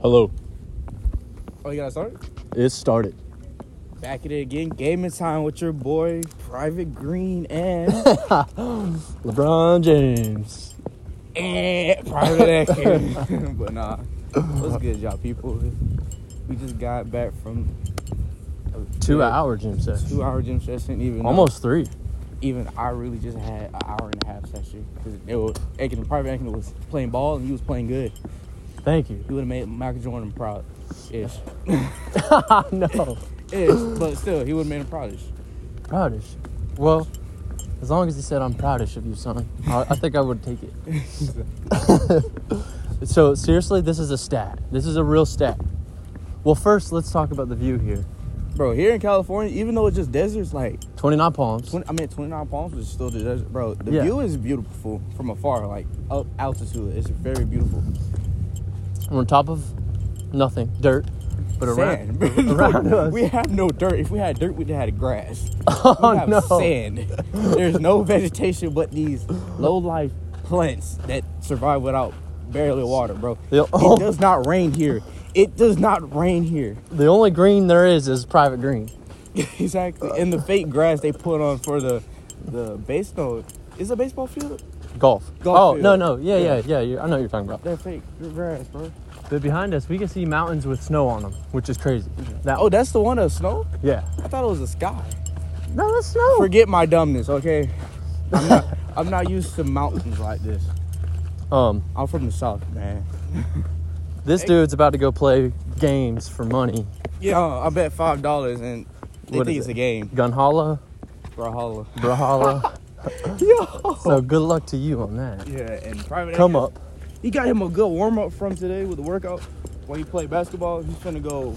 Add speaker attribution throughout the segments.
Speaker 1: Hello.
Speaker 2: Oh, you gotta start?
Speaker 1: It started.
Speaker 2: Back at it again. Gaming time with your boy, Private Green and,
Speaker 1: LeBron James.
Speaker 2: and Private Akin. but nah, what's good, y'all people? We just got back from a
Speaker 1: Two
Speaker 2: big
Speaker 1: hour gym session.
Speaker 2: two-hour gym session. Even though-
Speaker 1: Almost three.
Speaker 2: even I really just had an hour and a half session. 'Cause It was, Akin, Private Akin was playing ball and he was playing good.
Speaker 1: Thank you.
Speaker 2: He would have made Michael Jordan proud, ish,
Speaker 1: no.
Speaker 2: ish. But still, he would have made him proudish.
Speaker 1: Proudish. Well, as long as he said I'm proudish of you, son, I, I think I would take it. so seriously, this is a stat. This is a real stat. Well, first, let's talk about the view here.
Speaker 2: Bro, here in California, even though it's just deserts, like
Speaker 1: 29 palms.
Speaker 2: 20, I mean, 29 Palms is still the desert, bro. The
Speaker 1: Yeah.
Speaker 2: view is beautiful from afar, like up altitude. It's very beautiful.
Speaker 1: We're on top of nothing, dirt, but around.
Speaker 2: Sand.
Speaker 1: around us.
Speaker 2: We have no dirt. If we had dirt, we'd had grass.
Speaker 1: Oh,
Speaker 2: we have
Speaker 1: no.
Speaker 2: sand. There's no vegetation but these low life plants that survive without barely water, bro.
Speaker 1: Yo- oh.
Speaker 2: It does not rain here. It does not rain here.
Speaker 1: The only green there is is private green.
Speaker 2: exactly. And the fake grass they put on for the the baseball is a baseball field.
Speaker 1: Golf.
Speaker 2: Golf
Speaker 1: oh
Speaker 2: field.
Speaker 1: no no yeah yeah
Speaker 2: Yeah.
Speaker 1: yeah, you I know what you're talking about.
Speaker 2: They're fake grass, bro.
Speaker 1: But behind us we can see mountains with snow on them, which is crazy. That
Speaker 2: Oh, that's the one of snow?
Speaker 1: yeah.
Speaker 2: I thought it was a sky.
Speaker 1: No, that's snow.
Speaker 2: Forget my dumbness, okay? I'm not, I'm not used to mountains like this.
Speaker 1: um,
Speaker 2: I'm from the south, man.
Speaker 1: this dude's about to go play games for money.
Speaker 2: Yeah, Uh, I bet five dollars and they
Speaker 1: What
Speaker 2: think
Speaker 1: is
Speaker 2: it's
Speaker 1: it?
Speaker 2: a game
Speaker 1: Gunhala,
Speaker 2: for a holla.
Speaker 1: Brahala. So good luck to you on that.
Speaker 2: Yeah, and private.
Speaker 1: Come
Speaker 2: Atkins,
Speaker 1: up.
Speaker 2: He got him a good warm up from today with the workout. When he played basketball, he's gonna go.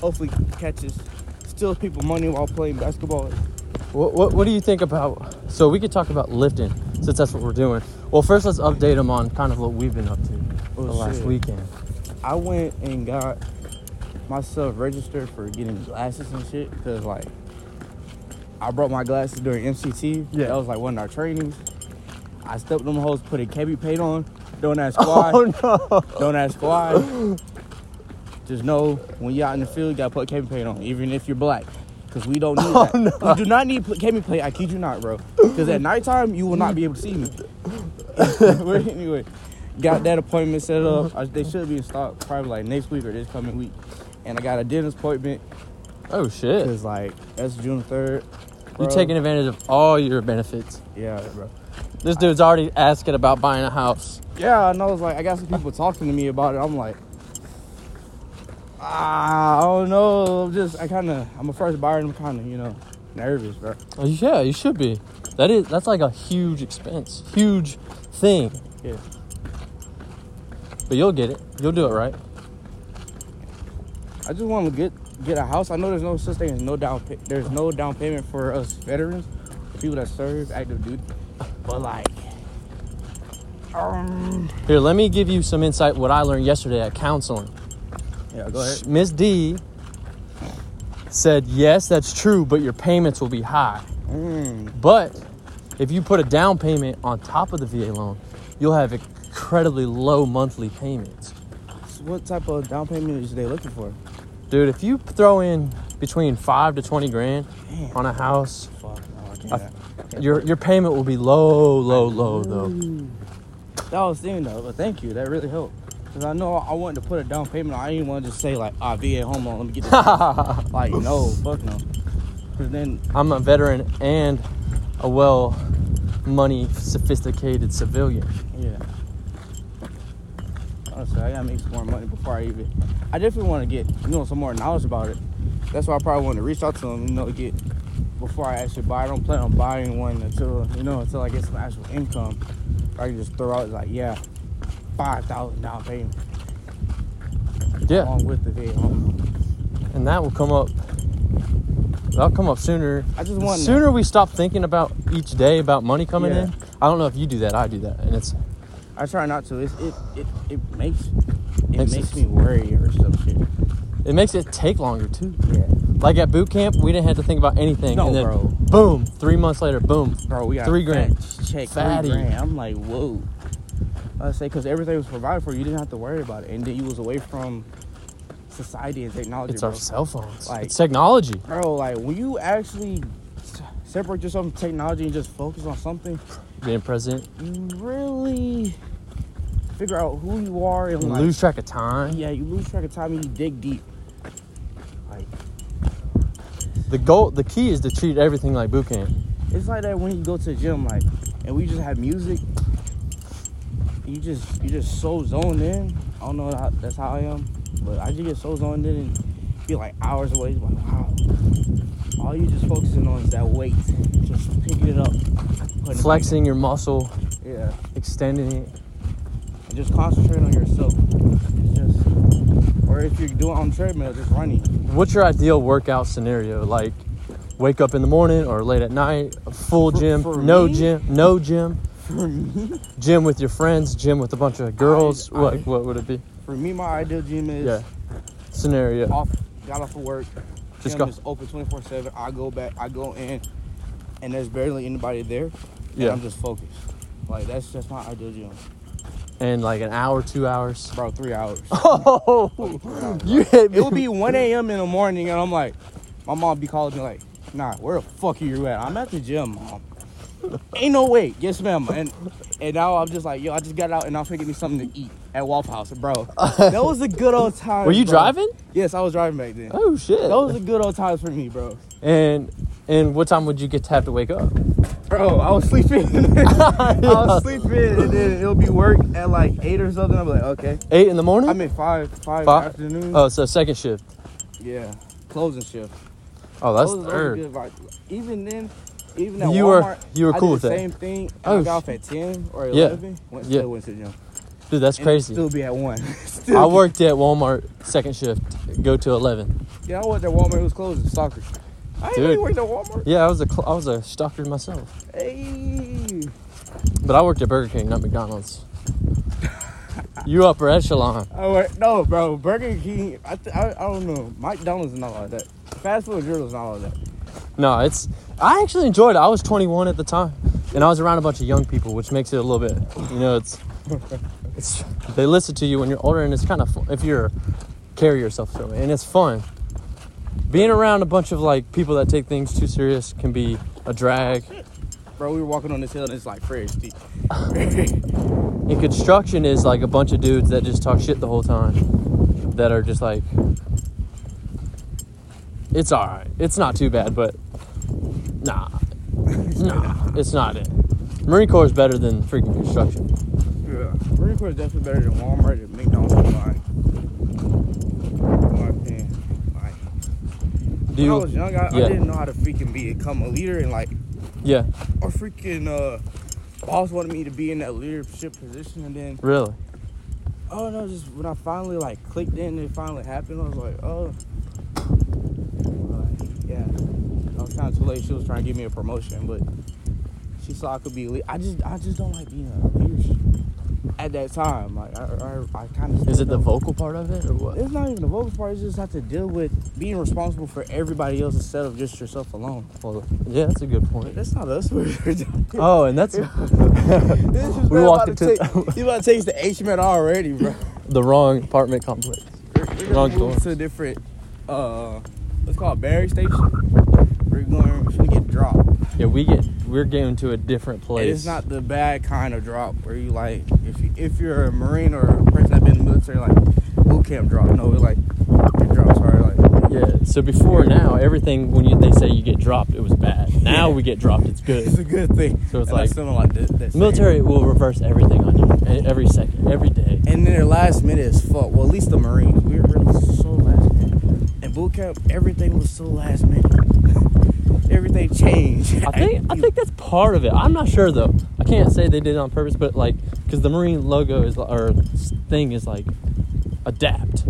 Speaker 2: Hopefully, catches, steals people money while playing basketball.
Speaker 1: What, what, what do you think about? So we could talk about lifting since that's what we're doing. Well, first let's update them on kind of what we've been up to
Speaker 2: Oh,
Speaker 1: the last
Speaker 2: shit.
Speaker 1: weekend.
Speaker 2: I went and got myself registered for getting glasses and shit because like I brought my glasses during MCT.
Speaker 1: Yeah.
Speaker 2: that was like one of our trainings. I stepped them hoes, put a kebi paint on. Don't ask why.
Speaker 1: Oh no!
Speaker 2: Don't ask why. Just know when you're out in the field, you gotta put kebi paint on, even if you're black. Cause we don't need that. We do not need pl- kebi paint. I kid you not, bro. Cause at nighttime you will not be able to see me. But anyway, got that appointment set up. I, they should be in stock probably like next week or this coming week. And I got a dentist appointment.
Speaker 1: Oh shit!
Speaker 2: Cause like that's June third.
Speaker 1: You're taking advantage of all your benefits.
Speaker 2: Yeah, bro.
Speaker 1: This dude's already asking about buying a house.
Speaker 2: Yeah, and I was like, I got some people talking to me about it. I'm like, ah, I don't know. I'm just, I kind of, I'm a first buyer. and I'm kind of, you know, nervous, bro.
Speaker 1: Oh, yeah, you should be. That is that's like a huge expense, huge thing.
Speaker 2: Yeah.
Speaker 1: But you'll get it. You'll do it right.
Speaker 2: I just want to get get a house. I know there's no such thing as no down. Pay- there's no down payment for us veterans, people that serve active duty. But like, um,
Speaker 1: Here, let me give you some insight what I learned yesterday at counseling.
Speaker 2: yeah, go ahead.
Speaker 1: Miss D said, "Yes, that's true, but your payments will be high.
Speaker 2: Mm,
Speaker 1: But if you put a down payment on top of the VA loan, you'll have incredibly low monthly payments."
Speaker 2: so what type of down payment is they looking for?
Speaker 1: Dude, if you throw in between 5 to 20 grand
Speaker 2: Damn.
Speaker 1: on a house,
Speaker 2: Fuck, no, I can't.
Speaker 1: Your your payment will be low, low, low though.
Speaker 2: That was the thing though, but thank you. That really helped. Cause I know I wanted to put a down payment. I didn't want to just say like, ah, VA home loan. Let me get this. like, no, fuck no. Cause then,
Speaker 1: I'm a veteran and a well money sophisticated civilian.
Speaker 2: yeah. Honestly, I gotta make some more money before I even. I definitely want to get you know some more knowledge about it. That's why I probably want to reach out to them. You know, get before I actually buy. I don't plan on buying one until you know until I get some actual income. I can just throw out like, yeah, five thousand down payment
Speaker 1: Yeah.
Speaker 2: along with the VA home. loan.
Speaker 1: And that will come up that'll come up sooner.
Speaker 2: I just
Speaker 1: The
Speaker 2: want
Speaker 1: sooner we stop thinking about each day about money coming
Speaker 2: Yeah.
Speaker 1: in. I don't know if you do that, I do that. And it's
Speaker 2: I try not to. It's, it it it makes it
Speaker 1: Makes
Speaker 2: makes,
Speaker 1: sense.
Speaker 2: me worry or some shit.
Speaker 1: it makes it take longer too.
Speaker 2: Yeah,
Speaker 1: Like at boot camp, we didn't have to think about anything.
Speaker 2: No,
Speaker 1: and then
Speaker 2: bro.
Speaker 1: boom, three months later, boom.
Speaker 2: bro, we got
Speaker 1: Three grand.
Speaker 2: fat Check
Speaker 1: Fatty.
Speaker 2: three grand. I'm like, whoa. I say because everything was provided for. You You didn't have to worry about it, and then you was away from society and technology.
Speaker 1: It's
Speaker 2: bro.
Speaker 1: our cell phones.
Speaker 2: Like-
Speaker 1: it's technology.
Speaker 2: bro. Like when you actually s- separate yourself from technology and just focus on something,
Speaker 1: Being present,
Speaker 2: you really figure out who you are and
Speaker 1: you
Speaker 2: like
Speaker 1: lose track of time.
Speaker 2: yeah, you lose track of time and you dig deep. Like
Speaker 1: The goal, the key is to treat everything like boot camp.
Speaker 2: it's like that when you go to the gym, like, and we just have music. You just you just so zoned in. I don't know how, that's how I am, but I just get so zoned in and feel like hours away. It's like wow, all you just focusing on is that weight, just picking it up, putting it
Speaker 1: Flexing your muscle,
Speaker 2: back. yeah,
Speaker 1: extending it.
Speaker 2: and just concentrate on yourself. It's just, or if you're doing on treadmill, just running.
Speaker 1: What's your ideal workout scenario? Like, wake up in the morning or late at night, a full
Speaker 2: For-
Speaker 1: gym,
Speaker 2: for
Speaker 1: no
Speaker 2: me?
Speaker 1: gym, no gym,
Speaker 2: For me,
Speaker 1: gym with your friends, gym with a bunch of girls.
Speaker 2: I-
Speaker 1: what what would it be?
Speaker 2: for me, my ideal gym is
Speaker 1: Yeah, scenario.
Speaker 2: off, got off of work.
Speaker 1: Just
Speaker 2: Just
Speaker 1: go.
Speaker 2: Is open 24 7. I go back, I go in, and there's barely anybody there. And
Speaker 1: Yeah.
Speaker 2: I'm just focused. Like, that's just my ideal gym.
Speaker 1: And like an hour, two hours.
Speaker 2: Bro, three hours.
Speaker 1: Oh, you hit me.
Speaker 2: it would be 1 a.m. in the morning, and I'm like, my mom be calling me, like, nah, where the fuck are you at? I'm at the gym, mom. Ain't no way. Yes, ma'am. And and now I'm just like, yo, I just got out and I'm thinking me something to eat at Waffle House, bro. That was a good old time.
Speaker 1: Were you
Speaker 2: bro.
Speaker 1: driving?
Speaker 2: Yes, I was driving back then.
Speaker 1: Oh shit.
Speaker 2: Those are good old times for me, bro.
Speaker 1: and and what time would you get to have to wake up?
Speaker 2: Bro, I was sleeping. I was sleeping, and then it'll be work at like eight or something. I'm like, okay.
Speaker 1: Eight in the morning.
Speaker 2: I'm at five, five,
Speaker 1: Five?
Speaker 2: afternoon.
Speaker 1: oh, so second shift.
Speaker 2: yeah, closing shift.
Speaker 1: Oh, that's
Speaker 2: Those- those are
Speaker 1: third.
Speaker 2: good vibes. Even then, even at
Speaker 1: You were-
Speaker 2: Walmart,
Speaker 1: you were
Speaker 2: I
Speaker 1: cool
Speaker 2: did
Speaker 1: with
Speaker 2: the
Speaker 1: that.
Speaker 2: Same thing.
Speaker 1: Oh,
Speaker 2: I got off
Speaker 1: shit.
Speaker 2: at ten or
Speaker 1: Yeah.
Speaker 2: eleven. Went,
Speaker 1: Yeah.
Speaker 2: Still went to the gym.
Speaker 1: Dude, that's
Speaker 2: And
Speaker 1: crazy.
Speaker 2: Still be at one. Still
Speaker 1: I
Speaker 2: be-
Speaker 1: worked at Walmart second shift. Go to eleven.
Speaker 2: Yeah, I worked at Walmart. It was closing. Soccer. I ain't
Speaker 1: Dude.
Speaker 2: really worked at Walmart.
Speaker 1: Yeah, I was a cl- I was a stalker myself,
Speaker 2: Hey.
Speaker 1: but I worked at Burger King, not McDonald's. you upper echelon.
Speaker 2: I work, no, bro. Burger King. I, th- I, I don't know. McDonald's is not all that. Fast food is not all that.
Speaker 1: No, it's. I actually enjoyed it. I was 21 at the time, and I was around a bunch of young people, which makes it a little bit. You know, it's. It's. They listen to you when you're older, and it's kind of fun if you're carry yourself that way, and it's fun. Being around a bunch of like people that take things too serious can be a drag.
Speaker 2: Bro, we were walking on this hill and it's like fresh tea.
Speaker 1: And construction is like a bunch of dudes that just talk shit the whole time, that are just like. It's all right. It's not too bad, but nah, nah, it's not it. Marine Corps is better than freaking construction.
Speaker 2: Marine Corps is definitely better than Walmart and McDonald's combined. In my opinion.
Speaker 1: Do
Speaker 2: Like, when I
Speaker 1: you?
Speaker 2: was young, I,
Speaker 1: yeah.
Speaker 2: I didn't know how to freaking become a leader and like
Speaker 1: yeah,
Speaker 2: a freaking uh, boss wanted me to be in that leadership position and then
Speaker 1: really.
Speaker 2: oh no, just when I finally like clicked in and it finally happened, I was like, oh like, yeah. I was kinda too late. She was trying to give me a promotion, but she saw I could be a leader. I just I just don't like being a leader at that time. Like I I, I kinda
Speaker 1: Is it
Speaker 2: stepped
Speaker 1: the
Speaker 2: up.
Speaker 1: vocal part of it or what?
Speaker 2: it's not even the vocal part, it's just have to deal with being responsible for everybody else instead of just yourself alone.
Speaker 1: Well, yeah, that's a good
Speaker 2: But
Speaker 1: point.
Speaker 2: that's not us. We're, we're just-
Speaker 1: Oh, and that's
Speaker 2: This is
Speaker 1: We
Speaker 2: man
Speaker 1: walked
Speaker 2: about
Speaker 1: into-
Speaker 2: to take, he about to take us to H man already, bro.
Speaker 1: the wrong apartment complex.
Speaker 2: We're, we're
Speaker 1: Wrong
Speaker 2: gonna
Speaker 1: door.
Speaker 2: move to a different, uh, what's called Barry Station. We're going, we're gonna get dropped.
Speaker 1: Yeah, we get we're getting to a different place.
Speaker 2: And it's not the bad kind of drop where you like, if you, if you're a Marine or a person that's been in the military, like boot camp drop. No, we're like, it drops hard. Like,
Speaker 1: Yeah. So before now, everything when you, they say you get dropped, it was bad. Now we get dropped, it's
Speaker 2: it's
Speaker 1: good.
Speaker 2: a good thing.
Speaker 1: So it's
Speaker 2: And
Speaker 1: like-
Speaker 2: that's something like that, that
Speaker 1: The military will reverse everything on you e- every second, every day.
Speaker 2: And then their last minute is fuck. Well, at least the Marines. We were really so last minute. And boot camp, everything was so last minute. everything changed.
Speaker 1: I think I think that's part of it. I'm not sure though. I can't say they did it on purpose, but like because the Marine logo is li- or s- thing is like adapt,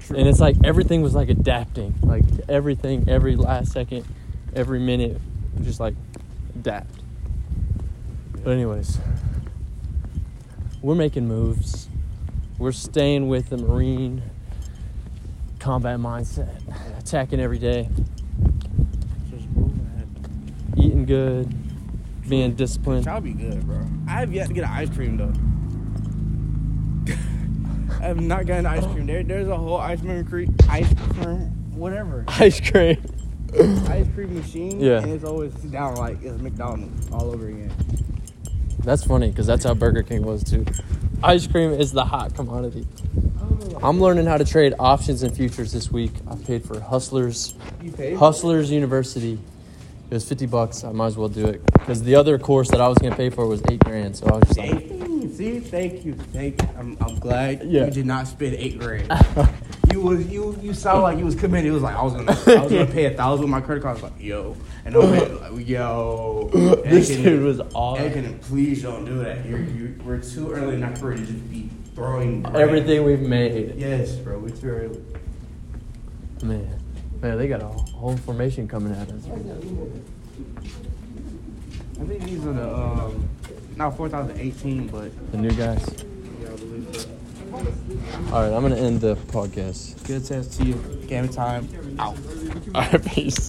Speaker 2: True.
Speaker 1: and it's like everything was like adapting, like everything, every last second, every minute, just like adapt. But anyways, we're making moves. We're staying with the Marine combat mindset, attacking every day,
Speaker 2: Just moving ahead.
Speaker 1: eating good, being disciplined.
Speaker 2: Y'all be good, bro. I have yet to get an ice cream though. have not gotten ice cream. There, there's a whole ice cream creek, ice cream, whatever,
Speaker 1: Ice cream.
Speaker 2: ice cream machine.
Speaker 1: Yeah.
Speaker 2: and it's always down like it's McDonald's all over again.
Speaker 1: That's funny because that's how Burger King was too. Ice cream is the hot commodity. I'm learning how to trade options and futures this week. I paid for Hustlers,
Speaker 2: You pay.
Speaker 1: Hustlers University. It was 50 bucks. I might as well do it because the other course that I was gonna pay for was eight grand. So I was just like,
Speaker 2: Dang. See, thank you, thank. You. I'm, I'm glad
Speaker 1: Yeah.
Speaker 2: you did not spend eight grand. you was you you sound like you was committed. It was like I was gonna I was gonna pay a thousand with my credit card. I was like yo, and I'm like yo.
Speaker 1: this
Speaker 2: Aiken,
Speaker 1: dude was awesome.
Speaker 2: Aiken, please don't do that. You're, you we're too early in our career to just be throwing bread.
Speaker 1: Everything we've made,
Speaker 2: Yes, bro, we're too early.
Speaker 1: man, man, they got a whole formation coming at us.
Speaker 2: I think these are the um, not 4018, but
Speaker 1: The new guys.
Speaker 2: yeah, I believe so.
Speaker 1: All right, I'm gonna end the podcast.
Speaker 2: Good test to you. Game time. Out.
Speaker 1: All right, peace.